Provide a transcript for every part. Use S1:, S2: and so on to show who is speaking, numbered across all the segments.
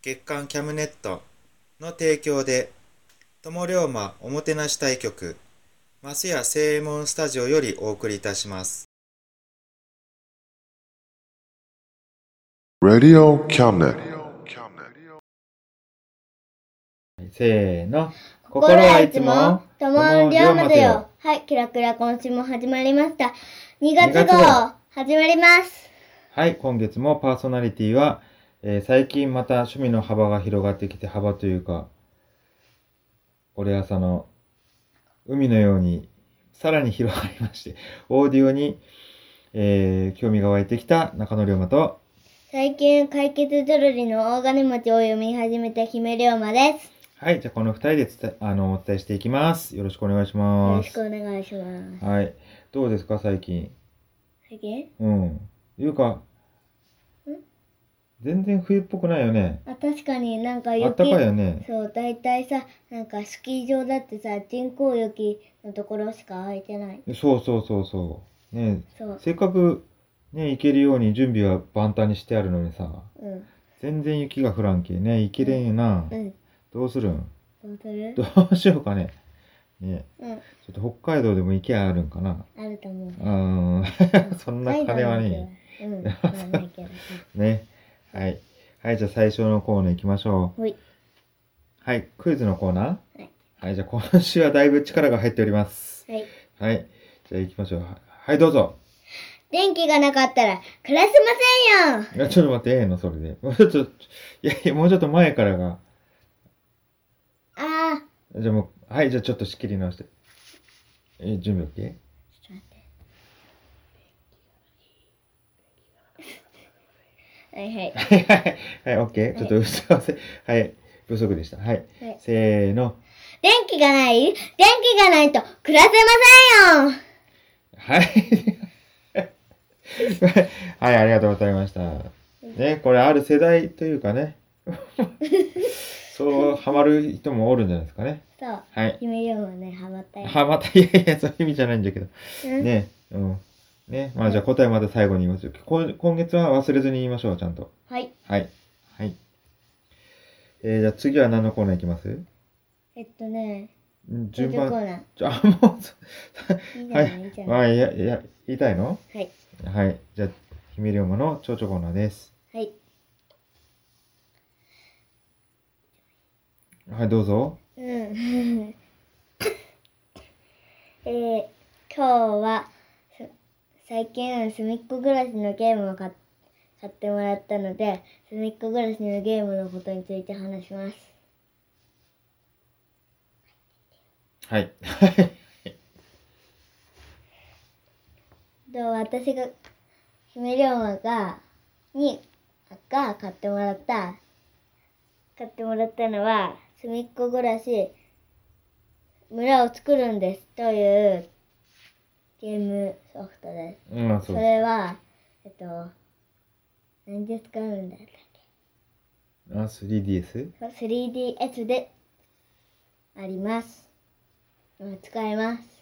S1: 月刊キャムネットの提供で、友龍馬おもてなし対局、マスヤ正右衛門スタジオよりお送りいたします。
S2: Radio Cabinet.
S1: せーの。
S3: 心はいつも、友龍馬だよ。。はい、キラキラ今週も始まりました。2月
S1: 2月号
S3: 号、始まります。
S1: はい、今月もパーソナリティは、えー最近また趣味の幅が広がってきて、幅というか、俺朝の海のように、さらに広がりまして、オーディオに、えー興味が湧いてきた中野龍馬と、
S3: 最近、解決ぞろりの大金持ちを読み始めた姫龍馬です。
S1: はい、じゃあこの二人でつたあのお伝えしていきます。よろしくお願いし
S3: よろ
S1: ま
S3: しく
S1: す。
S3: お願いします。
S1: はい、どうですか、最近。
S3: 最近
S1: うん。いうか、全然冬っぽくないよね。
S3: あ、確かになんか
S1: あった
S3: 雪
S1: かい、よね。
S3: そう、大体さ、なんかスキー場だってさ、人工雪のところしか空いてない。
S1: そうそうそうそう。ね
S3: そう、
S1: せっかくね、行けるように準備は万端にしてあるのにさ、
S3: うん、
S1: 全然雪が降らんけね、行けれんよな。
S3: うん、
S1: どうするん
S3: どうする
S1: どうしようかね。ね
S3: うん、
S1: ちょっと北海道でも行けあるんかな。
S3: あると思う。
S1: うーん、 そんな金はね
S3: ない。うん、まあないけど。
S1: え。ね。はい。はい、じゃあ最初のコーナー行きましょう。
S3: ほい。
S1: はい、クイズのコーナー
S3: はい。
S1: はい、じゃあ今週はだいぶ力が入っております。
S3: はい。
S1: はい。じゃあ行きましょう。ははい、どうぞ。
S3: 電気がなかったら暮らせませんよ
S1: いや、ちょっと待って、ええの、それで。もうちょっと、いやいや、もうちょっと前からが。
S3: ああ、
S1: じゃあもう、はい、じゃあちょっと仕切り直して。え、準備 OK?
S3: ちょっと待って。はいはい。
S1: はい はい、はい、OK。ちょっと打ち合わせ、はい、不足でした。はい。
S3: はい
S1: せーの。
S3: 電気がない電気がないと暮らせませんよ
S1: はい。 はい、ありがとうございました。ね、これある世代というかね。そう、ハマる人もおるんじゃないですかね。
S3: そう。
S1: はい。
S3: 姫龍はね、ハマったよ。
S1: はまた、いやいや、そういう意味じゃないんだけど。
S3: うん
S1: ね、うん。ね、まあじゃあ答えまた最後に言いますよ。こ今月は忘れずに言いましょう、ちゃんと。
S3: はい。
S1: はい。はい。えー、じゃあ次は何のコーナーいきますん
S3: えっとね、
S1: 順
S3: こ
S1: 番。
S3: うな。
S1: じゃあ、もうそ、
S3: いいじゃ
S1: は
S3: ない、いい
S1: い
S3: じ。ゃ
S1: ま
S3: ない。
S1: あ、いや、いや、言いたいの
S3: はい。
S1: はい。じゃあ、姫龍馬の蝶々コーナーです。
S3: はい。
S1: はい、どうぞ。
S3: うん。えー、今日は、す最近、すみっこ暮らしのゲームを買っ買ってもらったので、すみっこ暮らしのゲームのことについて話します。
S1: はい。
S3: と、私が、姫龍馬が、に、が買ってもらった、買ってもらったのは、すみっこ暮らし、村を作るんです、という、ゲームソフトです。
S1: うん、そ
S3: そう
S1: で
S3: れは、えっと、何で使うんだっけ
S1: す。あ、3DS?
S3: そう ?3DS であります。今使えます。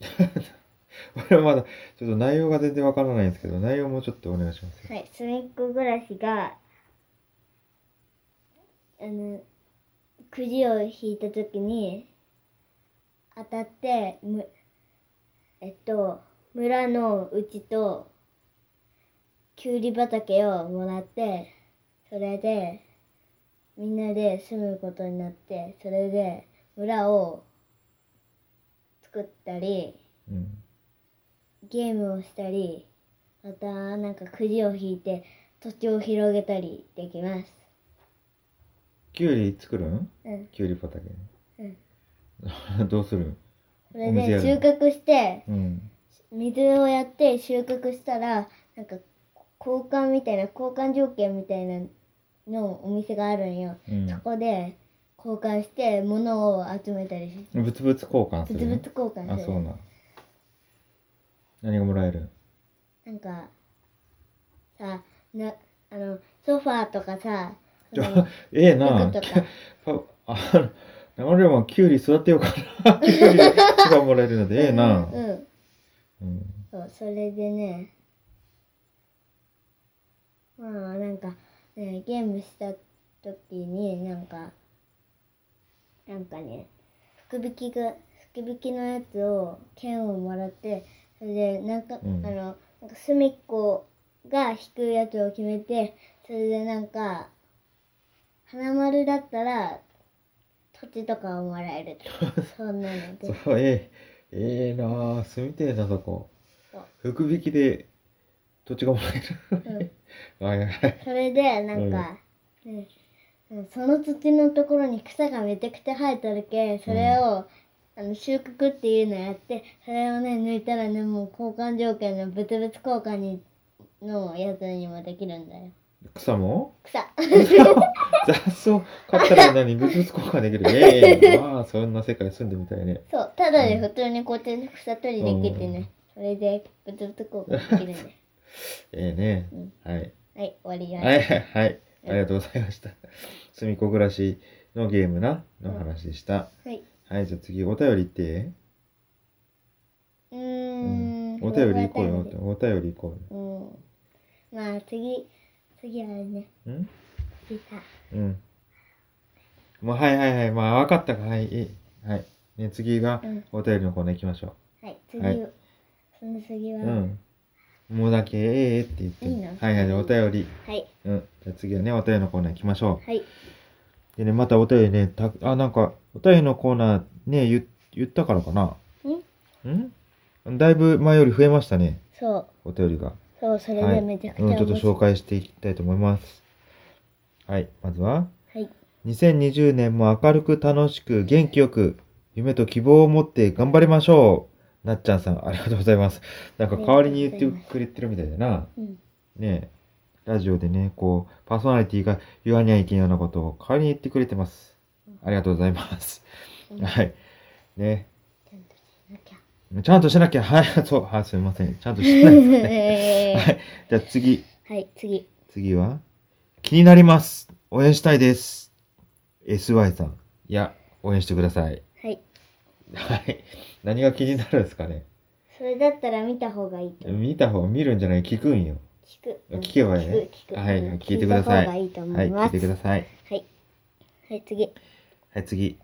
S1: これはまだ、ちょっと内容が全然わからないんですけど、内容もちょっとお願いしますよ。
S3: はい、隅っこ暮らしが、あの、くじを引いたときに、当たって、む、えっと、村のうちと、きゅうり畑をもらって、それで、みんなで住むことになって、それで、村を作ったり、
S1: うん。
S3: ゲームをしたりまたなんかくじを引いて土地を広げたりできます
S1: きゅうり作るん
S3: うん
S1: きゅうり畑。
S3: うん
S1: ん。 どうする
S3: それ
S1: お水や
S3: で
S1: る
S3: 収穫して
S1: うん。
S3: 水をやって収穫したらなんか交換みたいな交換条件みたいなのお店があるんよ
S1: うん
S3: そ。こで交換して物を集めたりし
S1: 物々交換する
S3: 物々
S1: の
S3: 交換
S1: あ
S3: す
S1: そう
S3: る
S1: なん何がもらえる
S3: なんかさなあのソファーとかさ
S1: ちょ
S3: あの
S1: ええな
S3: 服とか
S1: パあ俺もキュウリ育てようかなキュウリがもらえるの でええな
S3: うんうん
S1: うん
S3: そう、それでね、まあなんか、ね、ゲームした時になんか、なんかね、福引きが、福引きのやつを、剣をもらって、それで、なんか、
S1: うん
S3: あの、なんか隅っこが引くやつを決めて、それでなんか、花丸だったら、土地とかをもらえると か。そんなので。
S1: そうええええな住みてえなそこ
S3: そう
S1: 福引きで土地がもら
S3: うん
S1: えるはいはい
S3: それでなんか、ねうんその土のところに草がめちゃくちゃ生えてるけそれを、あの収穫っていうのやってそれをね抜いたらねもう交換条件の物々交換にのやつにもできるんだよ
S1: 草 も
S3: 草
S1: 雑草買ったら何物々交換できるええなそんな世界住んでみたいね
S3: そうただで普通にこうやってね草取りできてね、それで物々交換できるんだ よ
S1: ええね
S3: うん
S1: はい
S3: はい終わり
S1: は
S3: や
S1: いはいはい。ありがとうございました。 すみっこ暮らしのゲームな、の話でした。
S3: はい
S1: はい、じゃあ次お便り行って。
S3: うー
S1: うんお便り行こう
S3: お
S1: よ
S3: 便り。
S1: お便り行こ
S3: うんまあ次次はね
S1: うよ。ん
S3: 次さ
S1: うん。もうはいはいはい。まあ分かったか。はい。いいはい。ね、次が
S3: うん
S1: お便りのコーナー行きましょ
S3: はい、次、
S1: はい
S3: その次は、
S1: う。うん。もうだけえええって言って。
S3: いいの
S1: はいはい。じゃあお便り。
S3: はい、
S1: うん。じゃあ次はね、お便りのコーナー行きましょう。
S3: はい、
S1: でね、またお便りね、たあ、なんか、お便りのコーナーね、言言ったからかな。んだいぶ前より増えましたね、
S3: そう、
S1: お便りが。
S3: そう、それ
S1: は
S3: で
S1: い
S3: めちゃくちゃ
S1: うん、ちょっと
S3: 面白い
S1: 紹介していきたいと思います。はい、まずは、
S3: はい、
S1: 2020年も明るく楽しく元気よく、夢と希望を持って頑張りましょう。なっちゃんさん、ありがとうございます。なんか代わりに言ってくれてるみたいだな。
S3: うん、
S1: ねえ、ラジオでね、こう、パーソナリティが言わにゃいけないようなことを代わりに言ってくれてます。ありがとうございます。
S3: うん
S1: はい。ね。
S3: ちゃんとしなきゃ。
S1: ちゃんとしなきゃ。はい、 そう、はい、すみません。ちゃんとし ないですね。はい。じゃあ次、
S3: はい、次、
S1: 次は気になります。応援したいです。SY さん。いや、応援してください。
S3: はい、
S1: はい。何が気になるんですかね。
S3: それだったら見た方がいいと。
S1: 見た方、見るんじゃない聞くんよ。
S3: 聞く。うん
S1: 聞けばいいね
S3: 聞く、聞く。
S1: はい
S3: うん
S1: 聞いてください
S3: 聞いた方がいいと思
S1: はいい、聞
S3: ま
S1: い
S3: す。
S1: てください。
S3: はい、はい、次、
S1: はい、次。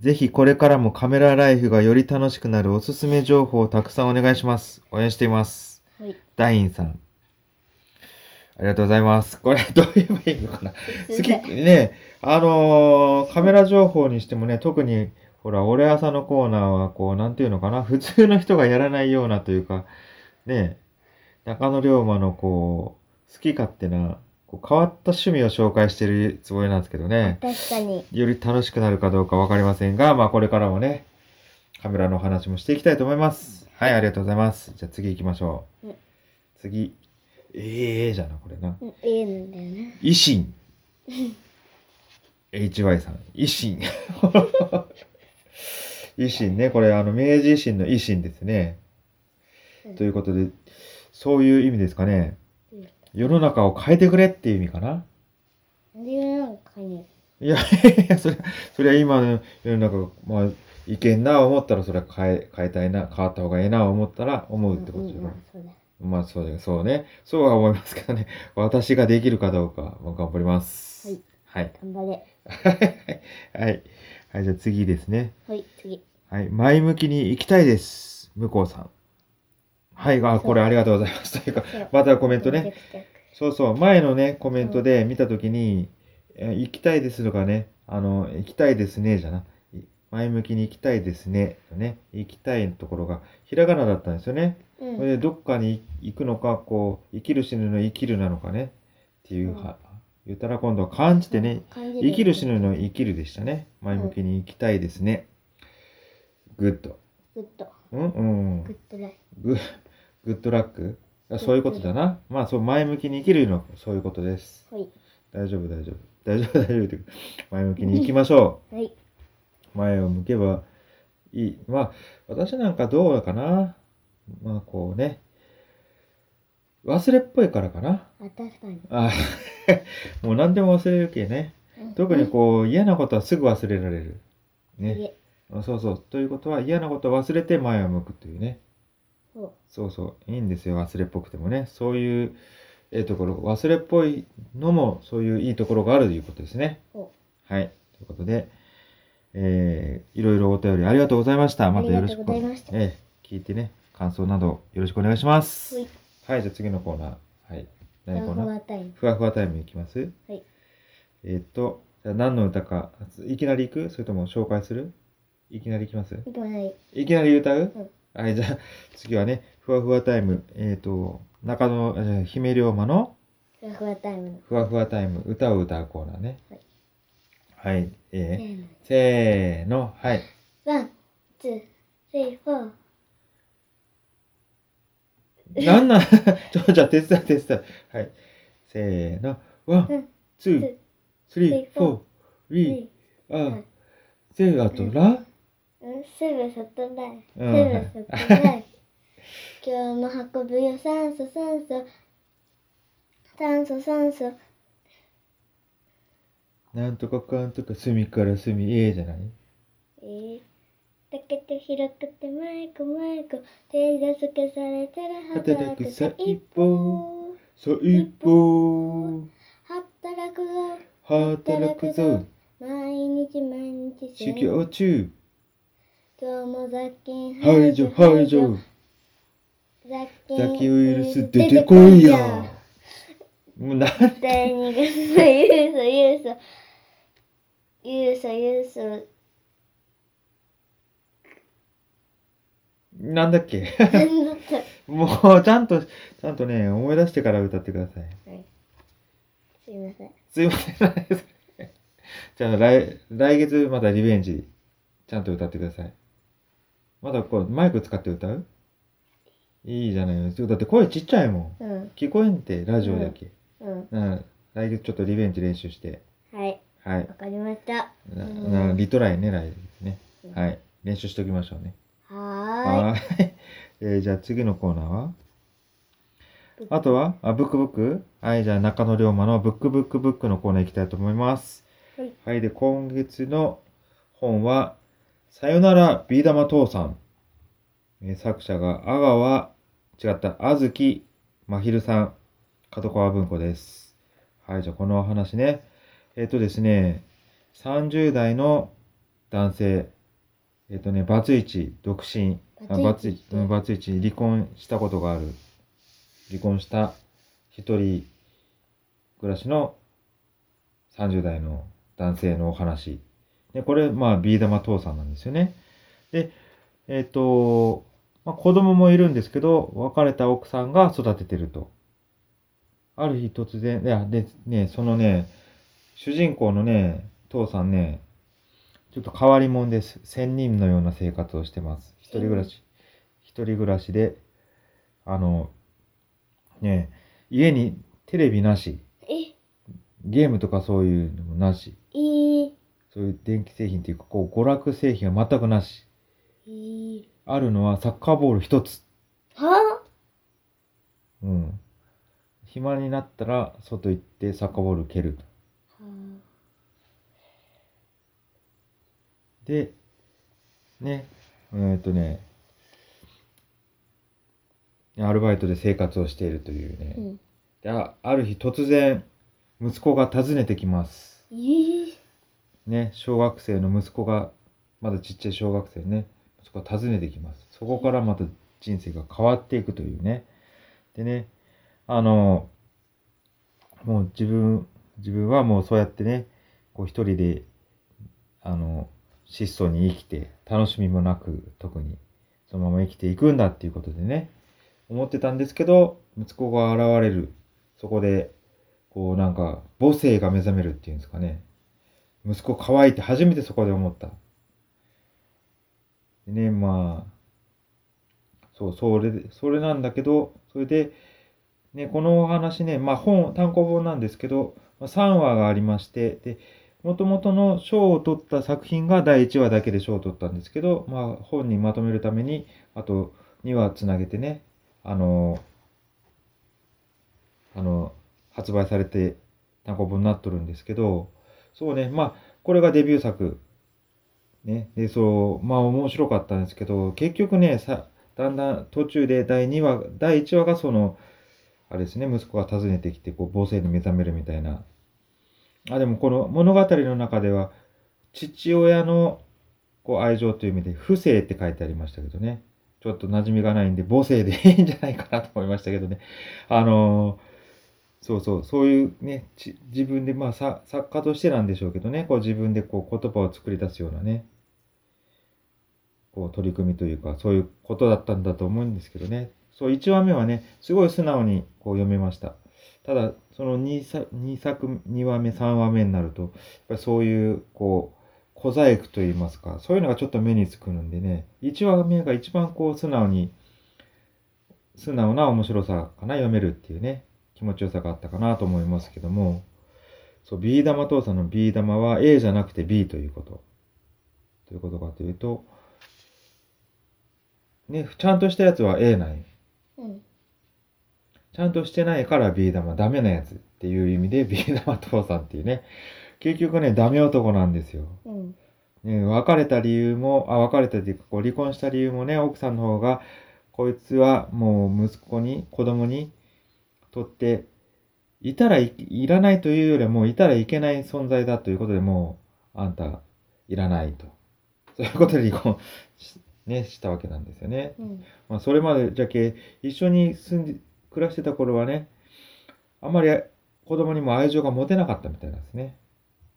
S1: ぜひこれからもカメラライフがより楽しくなるおすすめ情報をたくさんお願いします。応援しています。
S3: はい、
S1: ダインさん。ありがとうございます。これ、どう言えばいいのかな。好き、ね、あのーカメラ情報にしてもね、特に、ほら、俺朝のコーナーは、こう、なんていうのかな、普通の人がやらないようなというか、ね、中野龍馬の、こう、好き勝手な、こう変わった趣味を紹介してるつもりなんですけどね。
S3: 確かに、
S1: より楽しくなるかどうかわかりませんが、まあこれからもね、カメラのお話もしていきたいと思います。はい、ありがとうございます。じゃあ次行きましょう。
S3: うん
S1: 次。ええじゃな、これな。
S3: うん A なんだよね。
S1: 維新。HY さん、維 新。維新ね、これあの、明治維新の維新ですね
S3: うん。
S1: ということで、そういう意味ですかね
S3: うん。
S1: 世の中を変えてくれっていう意味かな。
S3: なんでなんかに、
S1: いや、いやいやそりゃ、そりゃ今の世の中、まあ、いけんな思ったら、それは変え、変えたいな、変わった方がええな思ったら、思うってことじゃ
S3: うん
S1: ない
S3: まあ。そうだ
S1: まあ、そうだよ、そうね。そうは思いますけどね。私ができるかどうか、もう頑張ります。
S3: はい。
S1: はい。
S3: 頑張れ
S1: はい。はい、じゃあ次ですね。
S3: はい次
S1: はい。前向きに行きたいです。向こうさん。はい。あ、これありがとうございます。というか
S3: そう、
S1: またコメントね
S3: め。ちゃくちゃ
S1: そうそう、前のね、コメントで見たときに、え行きたいですとかね、あの、行きたいですね、じゃな。い前向きに行きたいですね、とね、行きたいところが、ひらがなだったんですよね。
S3: う
S1: そ
S3: ん
S1: れで、どっかに行くのか、こう、生きる死ぬの生きるなのかね、っていうは、言ったら今度は漢字でね、
S3: 感じる
S1: 生きる死ぬの生きるでしたね。前向きに行きたいですね。グッド。
S3: グッド
S1: うんうん。
S3: グッドライ
S1: ググッドラックあそういうことだな。まあ、そう、前向きに生きるの、そういうことです。
S3: はい
S1: 大丈夫、大丈夫。 大丈夫、大丈夫というか。前向きに行きましょ
S3: はい、
S1: う。前を向けばいい。まあ、私なんかどうかな。まあ、こうね。忘れっぽいからかな。
S3: あ確かに。
S1: あ もう何でも忘れるけね。特にこう、嫌なことはすぐ忘れられる。
S3: うん。
S1: ね。
S3: え、
S1: あそうそう。ということは、嫌なことを忘れて前を向くというね。
S3: そう。
S1: そうそう、いいんですよ、忘れっぽくてもね。そういう、ええところ、忘れっぽいのも、そういういいところがあるということですね。
S3: お
S1: はい。ということで、えーいろいろお便りありがとうございました。またよろしく。
S3: ありがとうございました
S1: ええ聞いてね、感想などよろしくお願いします。
S3: はい。
S1: じゃあ次のコーナー。はい。何コー
S3: ふ
S1: ナ
S3: わふ
S1: ー
S3: わタイム。
S1: ふわふわタイムいきます
S3: はい。
S1: えーっと、じゃあ何の歌か、いきなりいくそれとも紹介するいきなりいきます
S3: いきまない。
S1: いきなり歌う、
S3: うん
S1: はい、じゃあ次はね、ふわふわタイム、えっ、と、中野、えー姫龍馬の
S3: ふわふわタイムの。
S1: ふわふわタイム、歌を歌うコーナーね。はい。
S3: せ
S1: え
S3: ー
S1: ー、
S3: の。
S1: せーの、はい。
S3: ワン、ツー、スリー、フォー。
S1: なん なん、ちょ、じゃあ手伝い手伝い。はい。せーの、ワ
S3: う
S1: ン
S3: ん、
S1: ツ
S3: ツ
S1: ー
S3: ー、
S1: スリ
S3: ー
S1: ー、フォー、
S3: ス
S1: リ
S3: リ
S1: ー、あ
S3: ん、
S1: せー、あとラ、
S3: ー。うん、すぐそっとない。すぐ
S1: うん
S3: そっとない。今日も運ぶよ、酸素、酸素。酸素、酸素。
S1: なんとかかんとか、隅から隅へじゃない
S3: えー。だけど広くてマイクマイク手助けされてる働くさ一歩
S1: さあ、一歩、
S3: 働くぞ
S1: 働くぞ、
S3: 毎日毎日
S1: 修行中。
S3: 今日も雑菌
S1: 排除排除
S3: 雑
S1: ザ
S3: 菌
S1: キウイルス出てこいやもうなん
S3: 第2月のユーソユーソユーソユーソ
S1: なんだっけ
S3: 何だった
S1: もうちゃんとちゃんとね思い出してから歌ってください
S3: すいません
S1: すいません じゃあ来来月またリベンジちゃんと歌ってくださいまだこうマイク使って歌ういいじゃないですかだって声ちっちゃいもん
S3: うん
S1: 聞こえんってラジオだけ
S3: うん
S1: うん、来月ちょっとリベンジ練習して
S3: はい
S1: はい
S3: わかりました
S1: な
S3: うん
S1: なリトライね来月ね
S3: うん
S1: はい練習しておきましょうね
S3: はーい
S1: はい。えーじゃあ次のコーナーはあとはあ、ブックブックはい、じゃあ中野龍馬のブックブックブックのコーナー行きたいと思います。
S3: はい。
S1: で、今月の本は、さよならビー玉父さん。えー作者が阿川、違った、あずきまひるさん、角川文庫です。はい、じゃあこのお話ね。えっ、とですね、30代の男性、えっ、とね、バツイチ、独身、あバ
S3: バ
S1: ツ
S3: ツ
S1: イ
S3: イ
S1: チ
S3: チ、
S1: うんバツイチ、離婚したことがある。離婚した一人暮らしの30代の男性のお話。で、これ、まあ、ビー玉父さんなんですよね。で、えっ、と、まあ、子供もいるんですけど、別れた奥さんが育ててると。ある日突然、いや、で、ね、そのね、主人公のね、父さんね、ちょっと変わり者です。仙人のような生活をしてます。一人暮らし。一人暮らしで、あの、ね、家にテレビなし、
S3: え
S1: ゲームとかそういうのもなし、
S3: いい
S1: そういう電気製品っていうか、こう、娯楽製品は全くなし。
S3: いい
S1: あるのはサッカーボール一つ。
S3: は
S1: うん。暇になったら、外行ってサッカーボール蹴ると。
S3: あは
S1: で、ね、えーっとね、アルバイトで生活をしているというね。
S3: うん。
S1: であある日突然、息子が訪ねてきます。
S3: えー、
S1: ね、小学生の息子が、まだちっちゃい小学生ね、息子が訪ねてきます。そこからまた人生が変わっていくというね。でね、あの、もう自分、自分はもうそうやってね、こう一人で、あの、質素に生きて、楽しみもなく、特に、そのまま生きていくんだっていうことでね、思ってたんですけど、息子が現れる。そこで、こうなんか、母性が目覚めるっていうんですかね。息子可愛いって初めてそこで思った。でね、まあ、そう、それで、それなんだけど、それで、ね、このお話ね、まあ本、単行本なんですけど、まあ3話がありまして、で、もともとの賞を取った作品が第1話だけで賞を取ったんですけど、まあ本にまとめるために、あと2話つなげてね、あの、あの、発売されて単行本になっとるんですけど、そうね、まあ、これがデビュー作。ね、で、そう、まあ面白かったんですけど、結局ね、さ、だんだん途中で第2話、第1話がその、あれですね、息子が訪ねてきて、こう、母性に目覚めるみたいな。あ、でもこの物語の中では、父親の、こう、愛情という意味で、不正って書いてありましたけどね。ちょっと馴染みがないんで、母性でいいんじゃないかなと思いましたけどね。あのーそうそう、そういうね、ち自分で、まあさ、作家としてなんでしょうけどね、こう自分でこう言葉を作り出すようなね、こう取り組みというか、そういうことだったんだと思うんですけどね、そう、1話目はね、すごい素直にこう読めました。ただ、その 2, 作2作、2話目、3話目になると、やっぱりそういう、こう、小細工といいますか、そういうのがちょっと目につくんでね、1話目が一番こう素直に、素直な面白さかな、読めるっていうね。気持ちよさがあったかなと思いますけども、そう、B 玉父さんの B 玉は A じゃなくて B ということ。どういうことかというと、ね、ちゃんとしたやつは A ない。
S3: うん。
S1: ちゃんとしてないから B 玉、ダメなやつっていう意味で B 玉父さんっていうね、結局ね、ダメ男なんですよ。
S3: うん。
S1: ね、別れた理由も、あ、別れたというか、こう離婚した理由もね、奥さんの方が、こいつはもう息子に、子供にとって、いたらいいらないというよりは、もういたらいけない存在だということで、もう、あんた、いらないと。そういうことで離婚し、ね、したわけなんですよね。
S3: うん。
S1: まあ、それまでじゃけ一緒に住んで暮らしてた頃はねあんまり子供にも愛情が持てなかったみたいなんですね。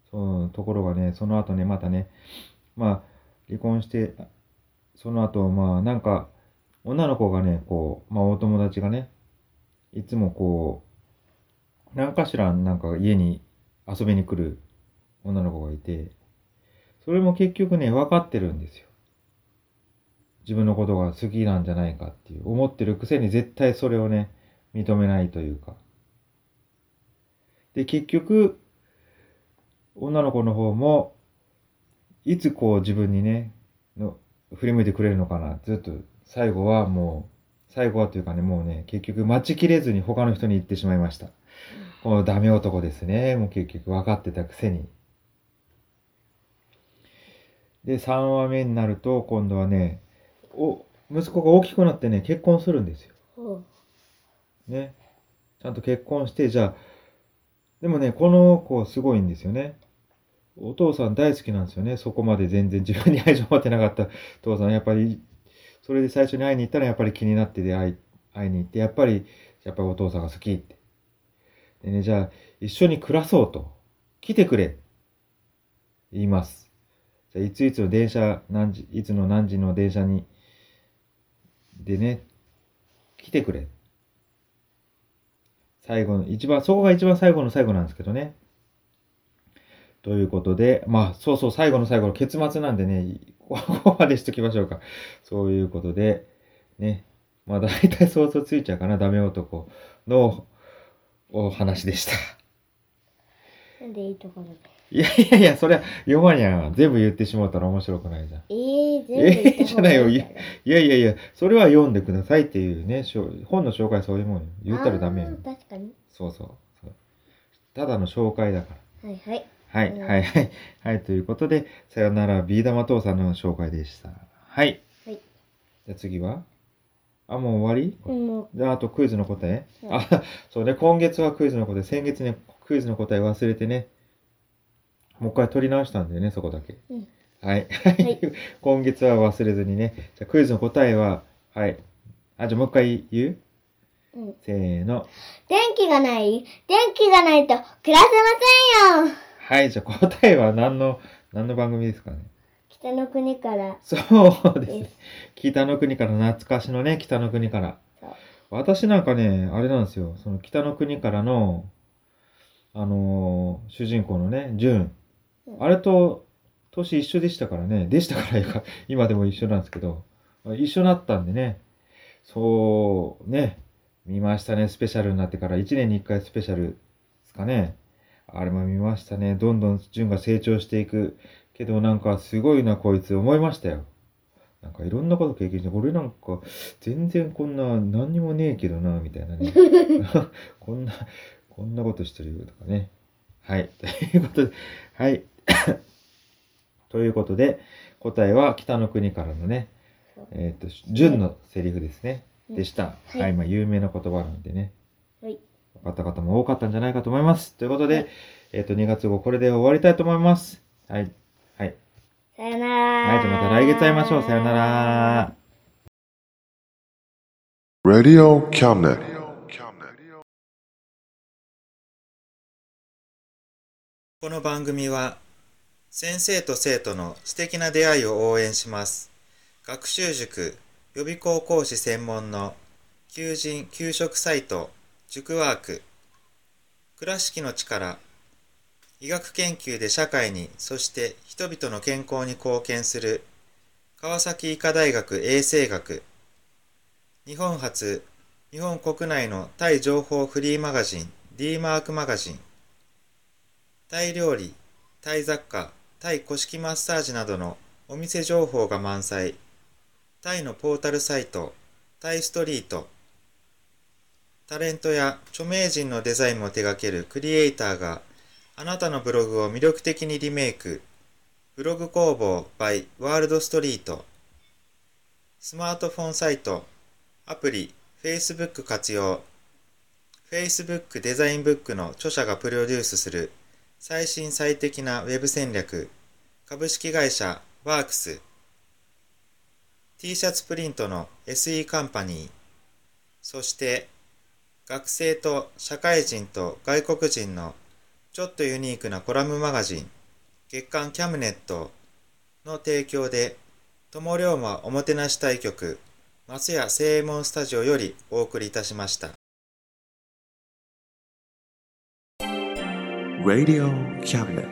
S1: そうところがねその後ねまたねまあ離婚してその後まあなんか女の子がねこう、まあ、お友達がねいつもこう何かしらなんか家に遊びに来る女の子がいてそれも結局ね分かってるんですよ。自分のことが好きなんじゃないかっていう思ってるくせに絶対それをね認めないというかで結局女の子の方もいつこう自分にねの振り向いてくれるのかなずっと最後はもう最後はというかねもうね結局待ちきれずに他の人に行ってしまいましたこのダメ男ですねもう結局分かってたくせにで3話目になると今度はねお息子が大きくなってね結婚するんですよ。
S3: ほう。
S1: ね。ちゃんと結婚してじゃあでもねこの子すごいんですよね。お父さん大好きなんですよね。そこまで全然自分に愛情を持てなかった父さんやっぱりそれで最初に会いに行ったらやっぱり気になってで会い会いに行ってやっぱりやっぱりお父さんが好きって。でねじゃあ一緒に暮らそうと来てくれ言います。じゃあいついつの電車何時いつの何時の電車にでね、来てくれ。最後の、一番、そこが一番最後の最後なんですけどね。ということで、まあ、そうそう、最後の最後の結末なんでね、 ここまでしときましょうか。そういうことで、ね、まあ、大体想像ついちゃうかな、ダメ男のお話でした。
S3: なんでいいところで。
S1: いやいやいや、それは読まにゃん。全部言ってしまったら面白くないじゃん。
S3: えー、全部言った方がいいかな
S1: えーじゃないよいやいやいやいや、それは読んでくださいっていうね、しょ本の紹介はそういうもんよ。言ったらダメよ
S3: あ。ー確かに。
S1: そうそうそう。ただの紹介だから。
S3: はいはい。
S1: はい、
S3: うん
S1: はい、はい。はい、ということで、さよなら、ビー玉父さんの紹介でした。はい。
S3: はい。
S1: じゃあ次はあ、もう終わり
S3: も
S1: じゃあ、あとクイズの答え、
S3: うん
S1: あ、そうね、今月はクイズの答え、先月ね、クイズの答え忘れてね、もう一回取り直したんだよね、そこだけ。
S3: うん
S1: はい。
S3: い
S1: 今月は忘れずにね、じゃあクイズの答えは、はい。あ、じゃあもう一回言う
S3: う、うん。
S1: せーの。
S3: 電気がない電気がないと暮らせませんよ
S1: はい、じゃあ答えは何の、何の番組ですかね
S3: 北の国から。
S1: そうです
S3: う
S1: ね。北の国から、懐かしのね、北の国から
S3: そう。
S1: 私なんかね、あれなんですよ。その北の国からの、あのー主人公のね、ジュン
S3: うん
S1: あれと、年一緒でしたからね。でしたから いうか、今でも一緒なんですけど、一緒だったんでね。そう、ね。見ましたね、スペシャルになってから。1年に1回スペシャルですかね。あれも見ましたね。どんどんジュンが成長していく。けどなんかすごいなこいつ思いましたよ。なんかいろんなこと経験して、俺なんか全然こんな何にもねえけどな、みたいなね。 こんな、こんなことしてるよとかね。はい。 ということで、はい。 ということで、答えは北の国からのね
S3: そう、
S1: えっ、と、純のセリフですね。
S3: うん
S1: でした。
S3: はい
S1: はい。まあ有名な言葉なんでね。
S3: はい。
S1: 分かった方も多かったんじゃないかと思います。ということで、
S3: はい
S1: えっ、と、2月号これで終わりたいと思います。はい。はい。
S3: さよなら。
S1: はい、じゃあまた来月会いましょう。さよなら。
S2: Radio Cabinet.
S4: この番組は先生と生徒の素敵な出会いを応援します学習塾予備校講師専門の求人・給食サイト塾ワーク倉敷の力医学研究で社会にそして人々の健康に貢献する川崎医科大学衛生学日本初日本国内のタイ情報フリーマガジン D マークマガジンタイ料理、タイ雑貨、タイ古式マッサージなどのお店情報が満載。タイのポータルサイト、タイストリート。タレントや著名人のデザインも手掛けるクリエイターがあなたのブログを魅力的にリメイク。ブログ工房 by ワールドストリート。スマートフォンサイト、アプリ、Facebook 活用。Facebook デザインブックの著者がプロデュースする最新最適なウェブ戦略株式会社ワークス t シャツプリントの SE カンパニーそして学生と社会人と外国人のちょっとユニークなコラムマガジン月刊キャムネットの提供で友龍馬おもてなし対局松屋正右衛門スタジオよりお送りいたしました。
S2: Radio Cabinet.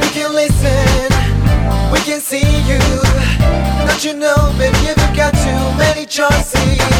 S5: We can listen, we can see you. Don't you know, baby, you've got too many choices.